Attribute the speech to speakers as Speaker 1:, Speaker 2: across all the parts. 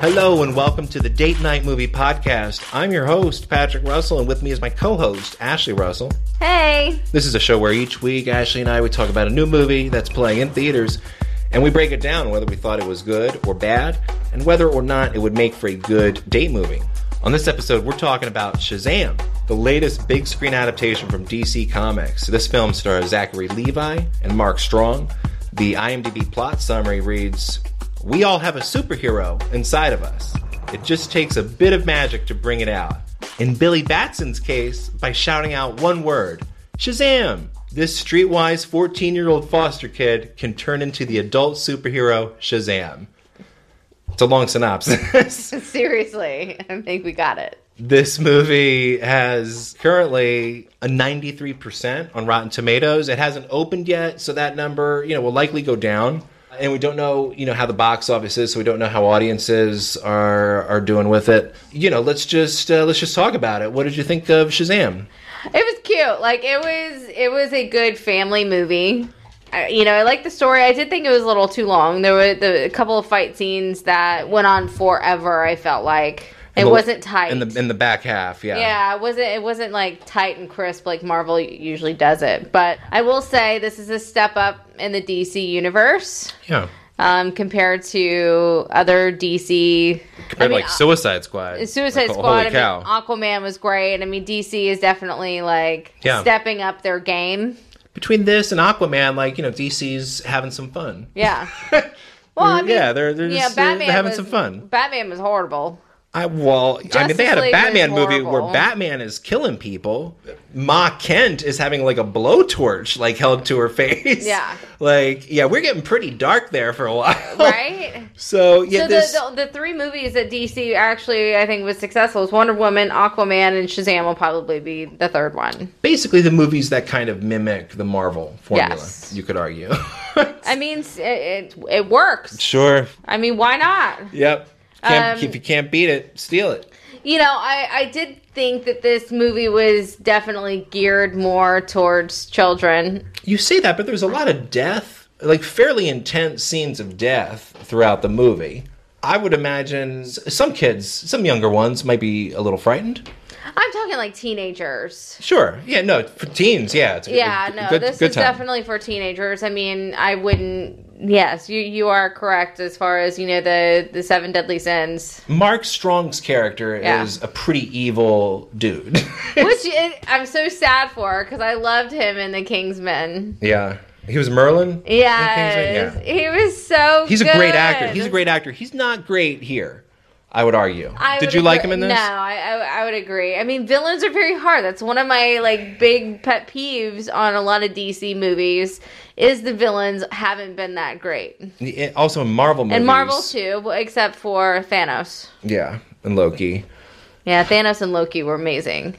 Speaker 1: Hello and welcome to the Date Night Movie Podcast. I'm your host, Patrick Russell, and with me is my co host, Ashley Russell.
Speaker 2: Hey,
Speaker 1: This is a show where each week Ashley and I would talk about a new movie that's playing in theaters, and we break it down whether we thought it was good or bad, and whether or not it would make for a good date movie. On this episode, we're talking about Shazam, the latest big screen adaptation from DC Comics. This film stars Zachary Levi and Mark Strong. The IMDb plot summary reads We all have a superhero inside of us. It just takes a bit of magic to bring it out. In Billy Batson's case, by shouting out one word Shazam! This streetwise 14 year old foster kid can turn into the adult superhero Shazam. It's a long synopsis.
Speaker 2: seriously, I think we got it.
Speaker 1: this movie has currently a 93% on Rotten Tomatoes. It hasn't opened yet, so that number, you know, will likely go down. And we don't know, you know, how the box office is, so we don't know how audiences are are doing with it. You know, let's just uh, let's just talk about it. What did you think of Shazam?
Speaker 2: It was cute. Like it was, it was a good family movie. I, you know, I like the story. I did think it was a little too long. There were the, a couple of fight scenes that went on forever. I felt like it
Speaker 1: And the-
Speaker 2: wasn't tight.
Speaker 1: in the in the back half. Yeah,
Speaker 2: yeah, it wasn't it wasn't like tight and crisp like Marvel usually does it. But I will say this is a step up in the DC universe
Speaker 1: yeah.
Speaker 2: um, compared to other DC
Speaker 1: Compared to, like Suicide Squad. Like,
Speaker 2: Suicide
Speaker 1: ho-
Speaker 2: Squad.
Speaker 1: Holy
Speaker 2: I
Speaker 1: cow!
Speaker 2: mean, Aquaman was great. I mean, DC is definitely like
Speaker 1: Yeah.
Speaker 2: stepping up their game.
Speaker 1: Between this and Aquaman, like you know, DC's having some fun.
Speaker 2: Yeah. Well, I mean,
Speaker 1: yeah, they're they're,
Speaker 2: yeah,
Speaker 1: just, they're
Speaker 2: Batman
Speaker 1: having
Speaker 2: was-
Speaker 1: some fun.
Speaker 2: Batman was horrible.
Speaker 1: I well, I mean, they
Speaker 2: Justice
Speaker 1: had a
Speaker 2: League
Speaker 1: Batman
Speaker 2: was
Speaker 1: movie where
Speaker 2: horrible.
Speaker 1: Batman is killing people. Ma Kent is having like a blowtorch like held to her face.
Speaker 2: Yeah.
Speaker 1: like yeah, we're getting pretty dark there for a while,
Speaker 2: Right?
Speaker 1: So yeah,
Speaker 2: so
Speaker 1: this
Speaker 2: the, the the three movies that DC actually I think was successful is Wonder Woman, Aquaman, and Shazam will probably be the third one.
Speaker 1: basically the movies that kind of mimic the Marvel formula.
Speaker 2: Yes.
Speaker 1: You could argue.
Speaker 2: I mean, s- it, it, it works.
Speaker 1: sure.
Speaker 2: I mean, why not?
Speaker 1: Yep. Can't,
Speaker 2: Um,
Speaker 1: if you can't beat it, steal it.
Speaker 2: You know, I, I did think that this movie was definitely geared more towards children.
Speaker 1: You say that, but there's a lot of death, like fairly intense scenes of death throughout the movie. I would imagine s- some kids, some younger ones, might be a little frightened.
Speaker 2: I'm talking like teenagers.
Speaker 1: Sure. Yeah. No. For teens, yeah. It's a,
Speaker 2: yeah
Speaker 1: a
Speaker 2: no
Speaker 1: good-
Speaker 2: this
Speaker 1: good
Speaker 2: is
Speaker 1: time.
Speaker 2: definitely for teenagers i mean i wouldn't yes you you are correct as far as you know the the seven deadly sins
Speaker 1: Mark Strong's character
Speaker 2: Yeah.
Speaker 1: is a pretty evil dude.
Speaker 2: which it, i'm so sad for because i loved him in the kingsman
Speaker 1: yeah. He was Merlin.
Speaker 2: yes
Speaker 1: Yeah.
Speaker 2: he was so
Speaker 1: He's a great actor.
Speaker 2: good.
Speaker 1: He's a great actor. He's not great here. I would argue.
Speaker 2: I
Speaker 1: Did
Speaker 2: would
Speaker 1: you like
Speaker 2: agree-
Speaker 1: him in this?
Speaker 2: No, I, I I would agree. I mean, villains are very hard. That's one of my like big pet peeves on a lot of DC movies is the villains haven't been that great.
Speaker 1: Yeah, Also in Marvel movies.
Speaker 2: And Marvel too, except for Thanos.
Speaker 1: Yeah, and Loki.
Speaker 2: Yeah, Thanos and Loki were amazing.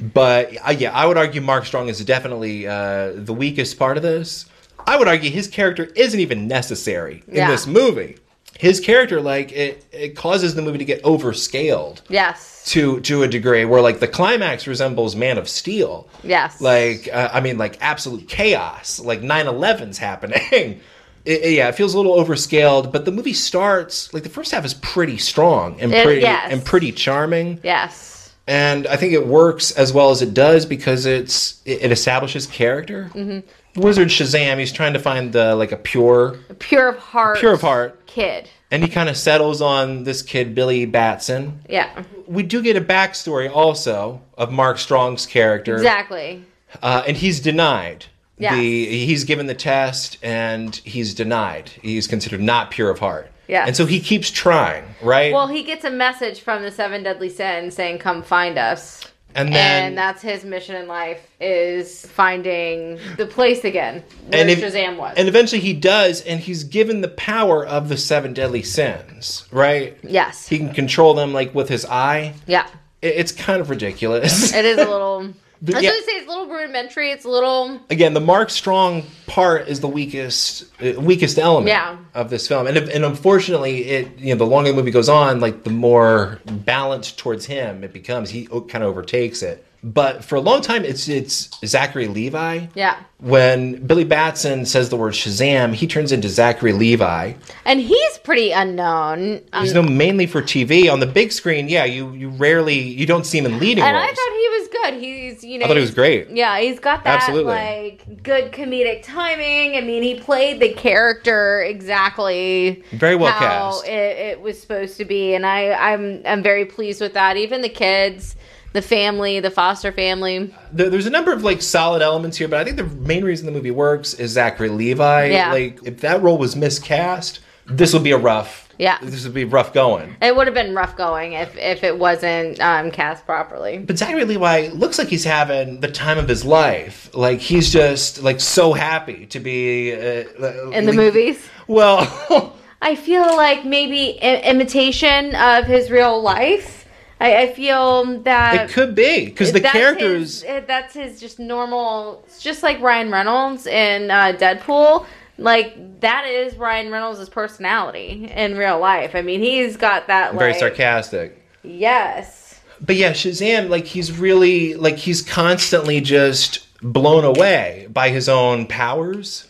Speaker 1: But uh, yeah, I would argue Mark Strong is definitely uh, the weakest part of this. I would argue his character isn't even necessary in
Speaker 2: Yeah.
Speaker 1: this movie. His character, like it, it causes the movie to get overscaled
Speaker 2: Yes.
Speaker 1: to to a degree where like the climax resembles Man of Steel.
Speaker 2: Yes.
Speaker 1: Like uh, I mean, like absolute chaos. Like 9-11's happening. It- it- yeah, it feels a little overscaled, but the movie starts like the first half is pretty strong and
Speaker 2: It-
Speaker 1: pretty
Speaker 2: yes.
Speaker 1: and pretty charming
Speaker 2: Yes.
Speaker 1: and I think it works as well as it does because it's it, it establishes character. Mm-hmm. Wizard Shazam, he's trying to find the like a pure,
Speaker 2: Pure of heart.
Speaker 1: pure of heart,
Speaker 2: Kid.
Speaker 1: and he kind of settles on this kid Billy Batson.
Speaker 2: Yeah.
Speaker 1: We do get a backstory also of Mark Strong's character,
Speaker 2: Exactly.
Speaker 1: uh, and he's denied.
Speaker 2: Yes.
Speaker 1: The he's given the test and he's denied. He's considered not pure of heart.
Speaker 2: Yes.
Speaker 1: and so he keeps trying, right?
Speaker 2: Well, he gets a message from the seven deadly sins saying, "Come find us."
Speaker 1: and
Speaker 2: and that's his mission in life is finding the place again where
Speaker 1: if-
Speaker 2: Shazam was.
Speaker 1: And eventually he does, and he's given the power of the seven deadly sins, right?
Speaker 2: yes.
Speaker 1: He can control them like with his eye.
Speaker 2: yeah.
Speaker 1: I- It's kind of ridiculous.
Speaker 2: It is a little. That's
Speaker 1: yeah-
Speaker 2: what I say. It's a little rudimentary. It's a little.
Speaker 1: Again, the Mark Strong part is the weakest, uh, weakest element
Speaker 2: Yeah.
Speaker 1: of this film, and and unfortunately, it you know the longer the movie goes on, like the more balanced towards him it becomes. He kind of oh, overtakes it. But for a long time, it's it's Zachary Levi.
Speaker 2: Yeah.
Speaker 1: When Billy Batson says the word Shazam, he turns into Zachary Levi.
Speaker 2: And he's pretty unknown. Um,
Speaker 1: He's known mainly for TV. On the big screen, yeah, you you rarely you don't see him in leading
Speaker 2: and I
Speaker 1: roles.
Speaker 2: thought he was good. He's, you know.
Speaker 1: I thought he was great.
Speaker 2: Yeah, he's got that
Speaker 1: Absolutely.
Speaker 2: like good comedic timing. I mean, he played the character exactly
Speaker 1: Very well
Speaker 2: how
Speaker 1: cast.
Speaker 2: It, it was supposed to be, and I I'm I'm very pleased with that. Even the kids, the family, the foster family.
Speaker 1: There- There's a number of like solid elements here, but I think the main reason the movie works is Zachary Levi.
Speaker 2: Yeah.
Speaker 1: Like if that role was miscast, this would be a rough.
Speaker 2: Yeah.
Speaker 1: This would be rough going.
Speaker 2: It would have been rough going if if it wasn't um, cast properly.
Speaker 1: But Zachary Levi looks like he's having the time of his life. Like he's just like so happy to be uh,
Speaker 2: In the movies,
Speaker 1: Well,
Speaker 2: I feel like maybe I- imitation of his real life. I, I feel that
Speaker 1: it could be because the
Speaker 2: That's
Speaker 1: characters.
Speaker 2: his- uh, that's his just normal it's just like ryan reynolds in uh, deadpool like that is ryan reynolds' personality in real life i mean he's got that like
Speaker 1: Very sarcastic.
Speaker 2: yes
Speaker 1: But yeah, Shazam, like he's really like he's constantly just blown away by his own powers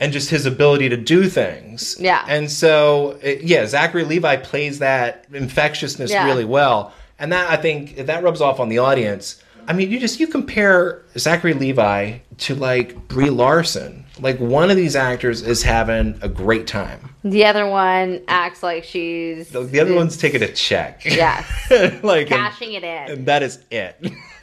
Speaker 1: and just his ability to do things.
Speaker 2: Yeah.
Speaker 1: And so it, yeah, Zachary Levi plays that infectiousness
Speaker 2: Yeah.
Speaker 1: really well, and that I think that rubs off on the audience. I mean, you just you compare Zachary Levi to like Brie Larson. Like one of these actors is having a great time.
Speaker 2: the other one acts like she's
Speaker 1: The, the other one's taking a check.
Speaker 2: yes
Speaker 1: like and-
Speaker 2: cashing it in
Speaker 1: and that is it.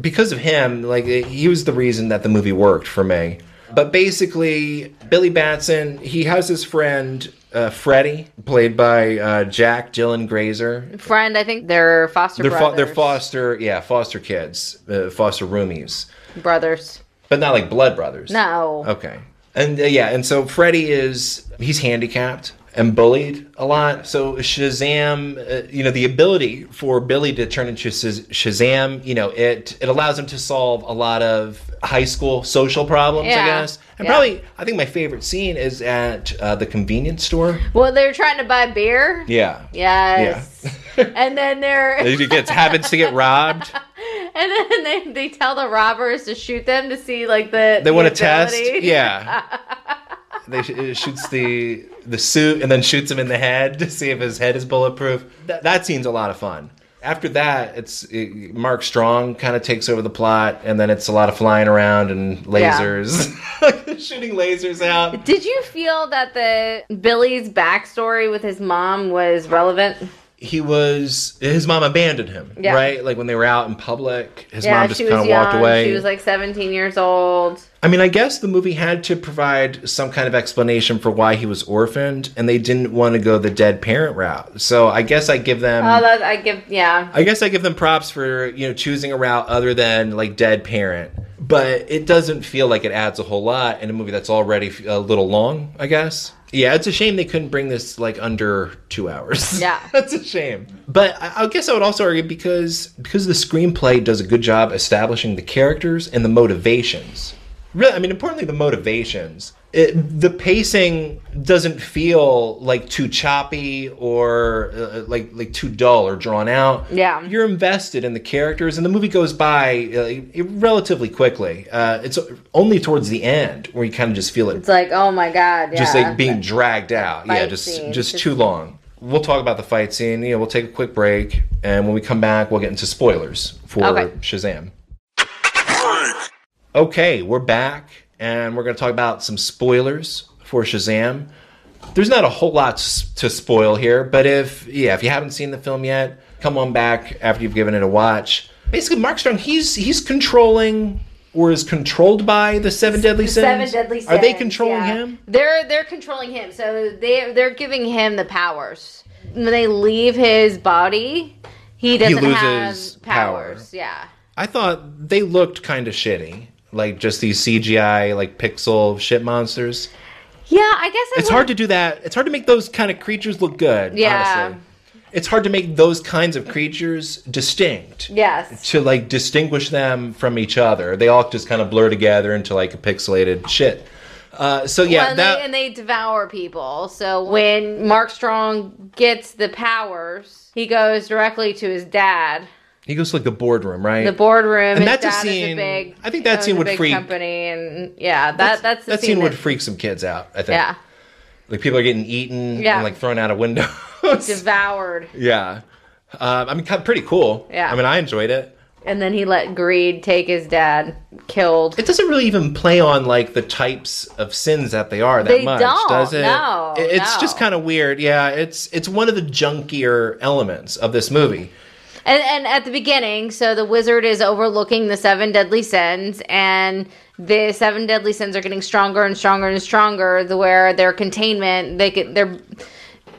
Speaker 1: because of him, like he was the reason that the movie worked for me. But basically, Billy Batson, he has his friend uh, Freddie, played by uh, Jack Dylan Grazer.
Speaker 2: friend i think they're foster
Speaker 1: They're, fo-
Speaker 2: brothers
Speaker 1: they're foster, yeah, foster kids, uh, foster roomies,
Speaker 2: brothers
Speaker 1: but not like blood brothers.
Speaker 2: no
Speaker 1: Okay. And uh, yeah, and so Freddy is he's handicapped and bullied a lot. So Shazam, uh, you know, the ability for Billy to turn into Shaz- Shazam, you know, it it allows him to solve a lot of high school social problems, I
Speaker 2: Yeah.
Speaker 1: guess. And
Speaker 2: Yeah.
Speaker 1: probably I think my favorite scene is at uh, the convenience store.
Speaker 2: well they're trying to buy beer
Speaker 1: Yeah.
Speaker 2: yes and then they're
Speaker 1: He gets happens to get robbed.
Speaker 2: And then they, they tell the robbers to shoot them to see like the
Speaker 1: They
Speaker 2: the
Speaker 1: want to test.
Speaker 2: ability.
Speaker 1: Yeah. they sh- it shoots the the suit and then shoots him in the head to see if his head is bulletproof. That, that scene's a lot of fun. After that, it's it, Mark Strong kind of takes over the plot, and then it's a lot of flying around and
Speaker 2: Yeah.
Speaker 1: lasers, shooting lasers out.
Speaker 2: Did you feel that the Billy's backstory with his mom was relevant?
Speaker 1: He was his mom abandoned him,
Speaker 2: Yeah.
Speaker 1: right? Like when they were out in public, his
Speaker 2: yeah,
Speaker 1: mom just
Speaker 2: she
Speaker 1: kind
Speaker 2: was
Speaker 1: of
Speaker 2: young.
Speaker 1: walked away.
Speaker 2: She was like 17 years old.
Speaker 1: I mean, I guess the movie had to provide some kind of explanation for why he was orphaned, and they didn't want to go the dead parent route. So I guess I give them.
Speaker 2: Oh, that I give yeah.
Speaker 1: I guess I give them props for you know choosing a route other than like dead parent, but it doesn't feel like it adds a whole lot in a movie that's already f- a little long. I guess. Yeah, it's a shame they couldn't bring this like under two hours.
Speaker 2: Yeah.
Speaker 1: that's a shame. But I, I guess I would also argue because because the screenplay does a good job establishing the characters and the motivations. Really, I mean, importantly, the motivations. It, the pacing doesn't feel like too choppy or uh, like like too dull or drawn out.
Speaker 2: Yeah.
Speaker 1: you're invested in the characters, and the movie goes by uh, relatively quickly. Uh, it's only towards the end where you kind of just feel it
Speaker 2: It's like oh my god, yeah.
Speaker 1: just like being dragged out. Yeah,
Speaker 2: fight
Speaker 1: just
Speaker 2: scene,
Speaker 1: just
Speaker 2: just-
Speaker 1: too long. We'll talk about the fight scene. You know, we'll take a quick break, and when we come back, we'll get into spoilers for
Speaker 2: Okay.
Speaker 1: Shazam. Okay, we're back, and we're going to talk about some spoilers for Shazam. There's not a whole lot s- to spoil here, but if yeah, if you haven't seen the film yet, come on back after you've given it a watch. Basically, Mark Strong he's he's controlling or is controlled by the seven deadly sins.
Speaker 2: Seven deadly sins.
Speaker 1: Are they controlling
Speaker 2: yeah.
Speaker 1: him?
Speaker 2: They're they're controlling him. So they they're giving him the powers. When they leave his body, he doesn't
Speaker 1: loses
Speaker 2: have
Speaker 1: power.
Speaker 2: powers. Yeah.
Speaker 1: I thought they looked kind of shitty, like just these CGI like pixel shit monsters.
Speaker 2: Yeah, I guess I
Speaker 1: It's hard to do that. It's hard to make those kind of creatures look good.
Speaker 2: Yeah.
Speaker 1: honestly. it's hard to make those kinds of creatures distinct.
Speaker 2: Yes.
Speaker 1: To like distinguish them from each other, they all just kind of blur together into like a pixelated shit. Uh, so yeah,
Speaker 2: well, and,
Speaker 1: that
Speaker 2: they, and they devour people. So when Mark Strong gets the powers, he goes directly to his dad
Speaker 1: He goes to like the boardroom, right?
Speaker 2: The boardroom.
Speaker 1: And
Speaker 2: his
Speaker 1: that's a
Speaker 2: dad is
Speaker 1: scene-
Speaker 2: big,
Speaker 1: I think that
Speaker 2: owns
Speaker 1: scene
Speaker 2: a
Speaker 1: would
Speaker 2: big
Speaker 1: freak-
Speaker 2: Company and yeah, that that's, the
Speaker 1: that
Speaker 2: scene,
Speaker 1: scene would
Speaker 2: that-
Speaker 1: freak some kids out. I think.
Speaker 2: yeah
Speaker 1: Like people are getting eaten
Speaker 2: Yeah.
Speaker 1: and like thrown out of windows.
Speaker 2: devoured.
Speaker 1: yeah. Um, I mean, kind of pretty cool.
Speaker 2: Yeah.
Speaker 1: I mean, I enjoyed it.
Speaker 2: And then he let greed take his dad killed.
Speaker 1: It doesn't really even play on like the types of sins that they are that
Speaker 2: They
Speaker 1: much,
Speaker 2: don't,
Speaker 1: does it?
Speaker 2: no,
Speaker 1: It- it's
Speaker 2: no.
Speaker 1: just kind of weird. Yeah, it's it's one of the junkier elements of this movie.
Speaker 2: And, and at the beginning, so the wizard is overlooking the seven deadly sins, and the seven deadly sins are getting stronger and stronger and stronger. The where their containment, they get they're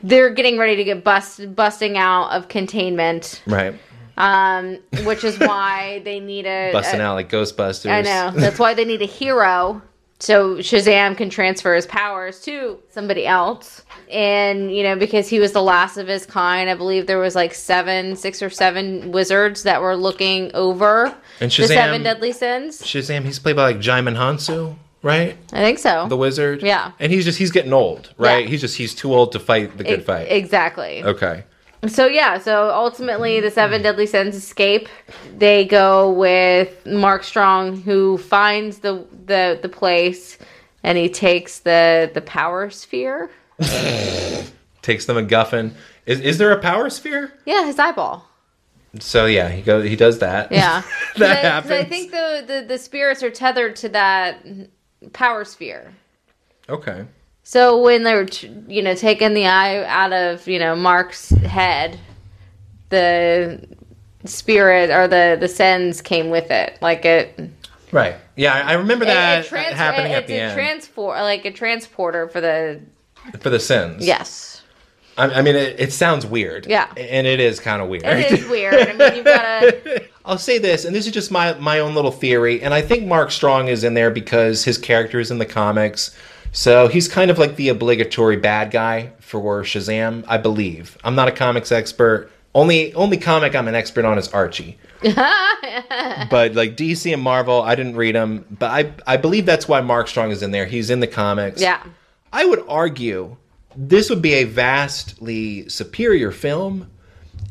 Speaker 2: they're getting ready to get bust busting out of containment,
Speaker 1: Right.
Speaker 2: um, which is why they need a,
Speaker 1: Busting
Speaker 2: a
Speaker 1: out like Ghostbusters.
Speaker 2: I know that's why they need a hero. So Shazam can transfer his powers to somebody else. And, you know, because he was the last of his kind, I believe there was like seven, six or seven wizards that were looking over
Speaker 1: And
Speaker 2: the seven
Speaker 1: Shazam-
Speaker 2: deadly sins.
Speaker 1: Shazam, he's played by like Jaimin Hansu, right?
Speaker 2: I think so.
Speaker 1: The wizard.
Speaker 2: Yeah.
Speaker 1: And he's just he's getting old, right?
Speaker 2: Yeah.
Speaker 1: He's just he's too old to fight the good
Speaker 2: E-
Speaker 1: fight.
Speaker 2: Exactly.
Speaker 1: okay.
Speaker 2: So yeah, so ultimately the seven deadly sins escape. They go with Mark Strong, who finds the the the place, and he takes the the power sphere.
Speaker 1: Takes the MacGuffin. Is is there a power sphere?
Speaker 2: Yeah, his eyeball.
Speaker 1: So yeah, he goes he does that.
Speaker 2: Yeah,
Speaker 1: that
Speaker 2: 'Cause I, 'cause
Speaker 1: happens.
Speaker 2: I think the, the the spirits are tethered to that power sphere.
Speaker 1: Okay.
Speaker 2: So when they're t- you know taking the eye out of you know Mark's head, the spirit or the the sins came with it, like it it-
Speaker 1: Right. Yeah, I I remember
Speaker 2: it,
Speaker 1: that
Speaker 2: trans-
Speaker 1: happening
Speaker 2: it-
Speaker 1: at
Speaker 2: it's
Speaker 1: the
Speaker 2: a
Speaker 1: end
Speaker 2: transport like a transporter for the
Speaker 1: for the sins.
Speaker 2: yes.
Speaker 1: I, I mean, it, it sounds weird.
Speaker 2: Yeah.
Speaker 1: And it is kind of weird.
Speaker 2: It is weird. I mean, you've got a
Speaker 1: I'll say this, and this is just my my own little theory, and I think Mark Strong is in there because his character is in the comics, so he's kind of like the obligatory bad guy for Shazam, I believe. I'm not a comics expert. Only only comic I'm an expert on is Archie. but like DC and Marvel, I didn't read them, but I I believe that's why Mark Strong is in there. He's in the comics.
Speaker 2: yeah.
Speaker 1: I would argue this would be a vastly superior film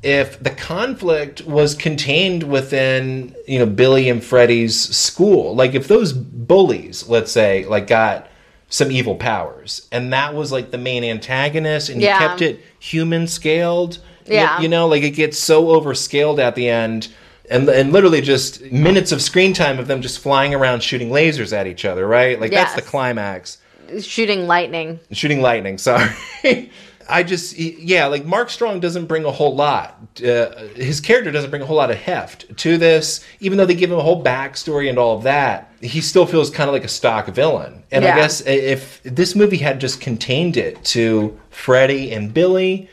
Speaker 1: if the conflict was contained within, you know, Billy and Freddy's school. Like if those bullies, let's say, like got some evil powers and that was like the main antagonist and
Speaker 2: Yeah.
Speaker 1: you kept it human scaled. y-
Speaker 2: Yeah.
Speaker 1: You know, like it gets so overscaled at the end and and literally just minutes of screen time of them just flying around shooting lasers at each other, right? Like that's
Speaker 2: Yes.
Speaker 1: the climax
Speaker 2: Shooting lightning.
Speaker 1: shooting lightning sorry i just yeah like mark strong doesn't bring a whole lot uh, his character doesn't bring a whole lot of heft to this even though they give him a whole backstory and all of that he still feels kind of like a stock villain and
Speaker 2: Yeah.
Speaker 1: i guess i- if this movie had just contained it to freddy and billy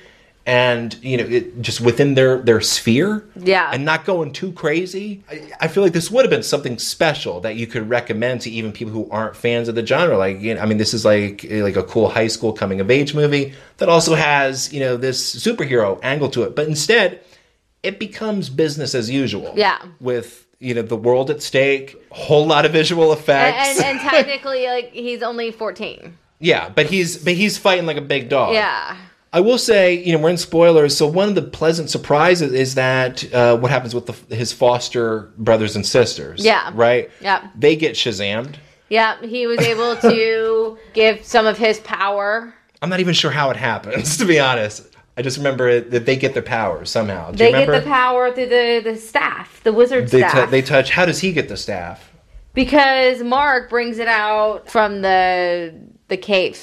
Speaker 1: and you know it, just within their their sphere
Speaker 2: Yeah.
Speaker 1: and not going too crazy I, I feel like this would have been something special that you could recommend to even people who aren't fans of the genre like you know, i mean this is like like a cool high school coming of age movie that also has you know this superhero angle to it but instead it becomes business as usual
Speaker 2: Yeah.
Speaker 1: with you know the world at stake whole lot of visual effects
Speaker 2: And, and technically, like he's only fourteen.
Speaker 1: yeah but he's but he's fighting like a big dog
Speaker 2: Yeah.
Speaker 1: I will say, you know, we're in spoilers. So one of the pleasant surprises is that uh, what happens with the, his foster brothers and sisters.
Speaker 2: Yeah.
Speaker 1: Right.
Speaker 2: Yeah.
Speaker 1: They get Shazammed.
Speaker 2: Yeah, he was able to give some of his power.
Speaker 1: I'm not even sure how it happens, to be honest. I just remember it, that they get their powers somehow. Do
Speaker 2: They
Speaker 1: you remember?
Speaker 2: get the power through the, the staff, the wizard
Speaker 1: They,
Speaker 2: staff.
Speaker 1: tou- they touch. How does he get the staff?
Speaker 2: because Mark brings it out from the the cave.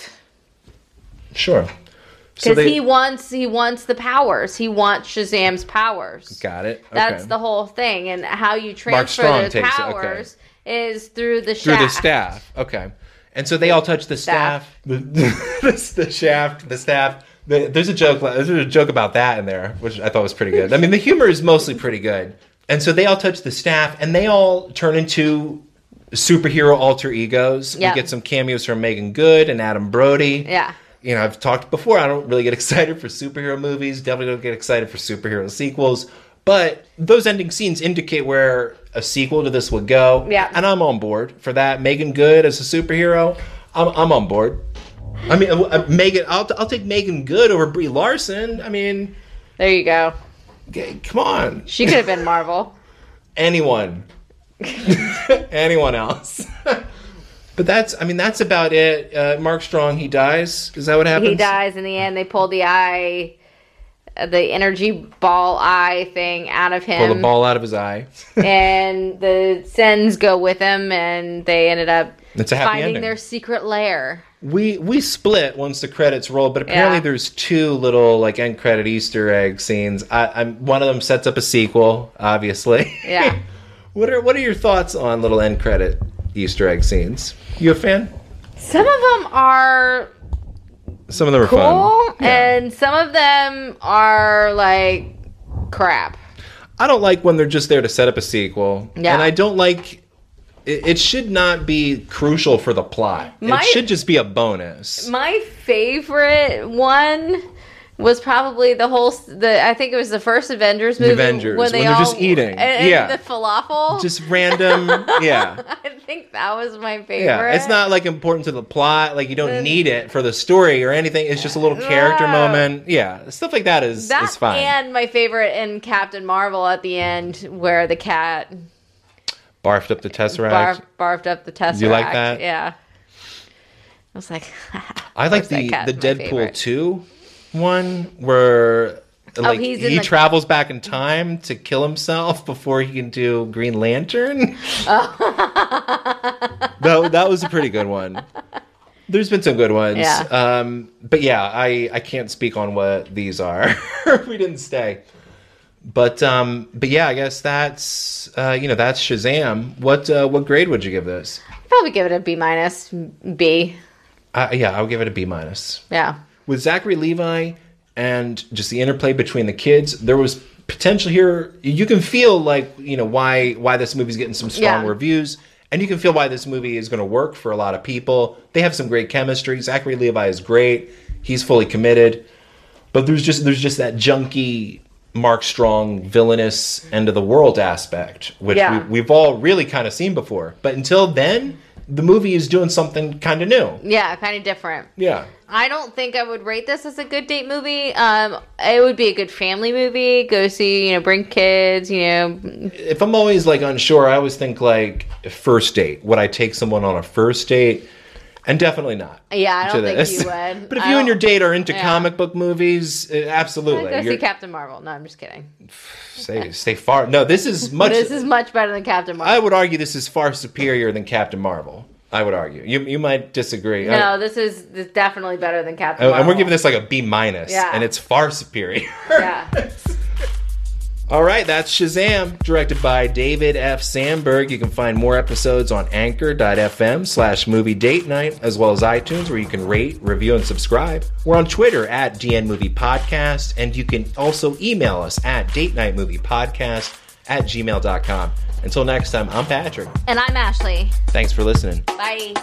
Speaker 1: Sure. So
Speaker 2: Because
Speaker 1: they
Speaker 2: he wants he wants the powers. He wants Shazam's powers.
Speaker 1: got it.
Speaker 2: That's
Speaker 1: okay.
Speaker 2: the whole thing. And how you transfer
Speaker 1: Strong
Speaker 2: those
Speaker 1: takes it, okay.
Speaker 2: powers is through the
Speaker 1: through
Speaker 2: shaft.
Speaker 1: the staff. Okay. And so they all touch the
Speaker 2: Staff.
Speaker 1: staff, the, the, the shaft, the staff. The, there's a joke. There's a joke about that in there, which I thought was pretty good. I mean, the humor is mostly pretty good. And so they all touch the staff, and they all turn into superhero alter egos.
Speaker 2: Yeah.
Speaker 1: We get some cameos from Megan Good and Adam Brody.
Speaker 2: Yeah.
Speaker 1: You know, I've talked before. I don't really get excited for superhero movies. Definitely don't get excited for superhero sequels. But those ending scenes indicate where a sequel to this would go.
Speaker 2: Yeah.
Speaker 1: And I'm on board for that. Megan Good as a superhero, I'm, I'm on board. I mean, uh, uh, Megan, I'll, I'll take Megan Good over Brie Larson. I mean,
Speaker 2: There you go.
Speaker 1: G- Come on,
Speaker 2: She could have been Marvel.
Speaker 1: anyone, anyone else. but that's, I mean, that's about it. Uh, Mark Strong, he dies. Is that what happens?
Speaker 2: He dies in the end. They pull the eye, the energy ball eye thing out of him.
Speaker 1: Pull the ball out of his eye.
Speaker 2: and the Sens go with him, and they ended up
Speaker 1: It's a happy
Speaker 2: finding
Speaker 1: ending.
Speaker 2: their secret lair.
Speaker 1: We we split once the credits roll, but apparently
Speaker 2: Yeah.
Speaker 1: there's two little like end credit Easter egg scenes. I, I'm one of them sets up a sequel, obviously.
Speaker 2: Yeah.
Speaker 1: what are what are your thoughts on little end credit Easter egg scenes? You a fan?
Speaker 2: Some of them are
Speaker 1: Some of them are
Speaker 2: cool,
Speaker 1: fun. Yeah.
Speaker 2: and some of them are like crap.
Speaker 1: I don't like when they're just there to set up a sequel.
Speaker 2: Yeah.
Speaker 1: And I don't like it, it should not be crucial for the plot.
Speaker 2: My-
Speaker 1: it should just be a bonus.
Speaker 2: My favorite one was probably the whole. The I think it was the first Avengers movie.
Speaker 1: Avengers, when they're just eating.
Speaker 2: and- and
Speaker 1: Yeah.
Speaker 2: the falafel.
Speaker 1: just random, yeah.
Speaker 2: I think that was my favorite.
Speaker 1: Yeah, it's not like important to the plot. Like you don't need it for the story or anything. It's just a little character
Speaker 2: No.
Speaker 1: moment. Yeah, stuff like that is
Speaker 2: that.
Speaker 1: is fine.
Speaker 2: And my favorite in Captain Marvel at the end, where the cat
Speaker 1: Barfed up the tesseract.
Speaker 2: barf, barfed up the tesseract.
Speaker 1: You like that?
Speaker 2: Yeah. I was like,
Speaker 1: I like the
Speaker 2: that cat's
Speaker 1: the
Speaker 2: my
Speaker 1: Deadpool
Speaker 2: favorite. Oh,
Speaker 1: two one where like
Speaker 2: he's in
Speaker 1: he
Speaker 2: the-
Speaker 1: travels back in time to kill himself before he can do Green Lantern. that, that was a pretty good one. There's been some good ones.
Speaker 2: Yeah.
Speaker 1: Um, but yeah, I, I can't speak on what these are. we didn't stay. But um, but yeah, I guess that's uh, you know that's Shazam. What uh, what grade would you give this?
Speaker 2: I'd probably give it a B minus, B.
Speaker 1: Uh, yeah, I'll give it a B minus.
Speaker 2: Yeah.
Speaker 1: with Zachary Levi and just the interplay between the kids, there was potential here. You can feel like you know why why this movie's getting some strong
Speaker 2: Yeah.
Speaker 1: reviews, and you can feel why this movie is going to work for a lot of people. They have some great chemistry. Zachary Levi is great. He's fully committed, but there's just there's just that junky Mark Strong villainous end of the world aspect, which
Speaker 2: Yeah.
Speaker 1: we, we've all really kind of seen before. But until then, the movie is doing something kind of new.
Speaker 2: Yeah, kind of different.
Speaker 1: Yeah.
Speaker 2: I don't think I would rate this as a good date movie. Um, it would be a good family movie. Go see, you know, bring kids, you know.
Speaker 1: if I'm always like unsure, I always think like first date. Would I take someone on a first date? And definitely not.
Speaker 2: Yeah, I
Speaker 1: to
Speaker 2: don't think
Speaker 1: this.
Speaker 2: you would.
Speaker 1: but if
Speaker 2: I
Speaker 1: you and
Speaker 2: don't-
Speaker 1: your date are into
Speaker 2: yeah.
Speaker 1: comic book movies, uh, absolutely.
Speaker 2: Go see
Speaker 1: You're-
Speaker 2: Captain Marvel. No, I'm just kidding.
Speaker 1: stay, stay far. No, this is much.
Speaker 2: This is much better than Captain
Speaker 1: I
Speaker 2: Marvel.
Speaker 1: would argue this is far superior than Captain Marvel. I would argue. You you might disagree. I- Oh,
Speaker 2: no, this is this is definitely better than Captain
Speaker 1: and
Speaker 2: Marvel.
Speaker 1: we're giving this like a B minus,
Speaker 2: Yeah.
Speaker 1: and it's far superior.
Speaker 2: Yeah.
Speaker 1: All right, that's Shazam, directed by David F. Sandberg. You can find more episodes on anchor.fm slash movie date night, as well as iTunes, where you can rate, review, and subscribe. We're on Twitter at DN Movie Podcast, and you can also email us at date night movie podcast at gmail.com. Until next time, I'm Patrick.
Speaker 2: And I'm Ashley.
Speaker 1: Thanks for listening.
Speaker 2: Bye.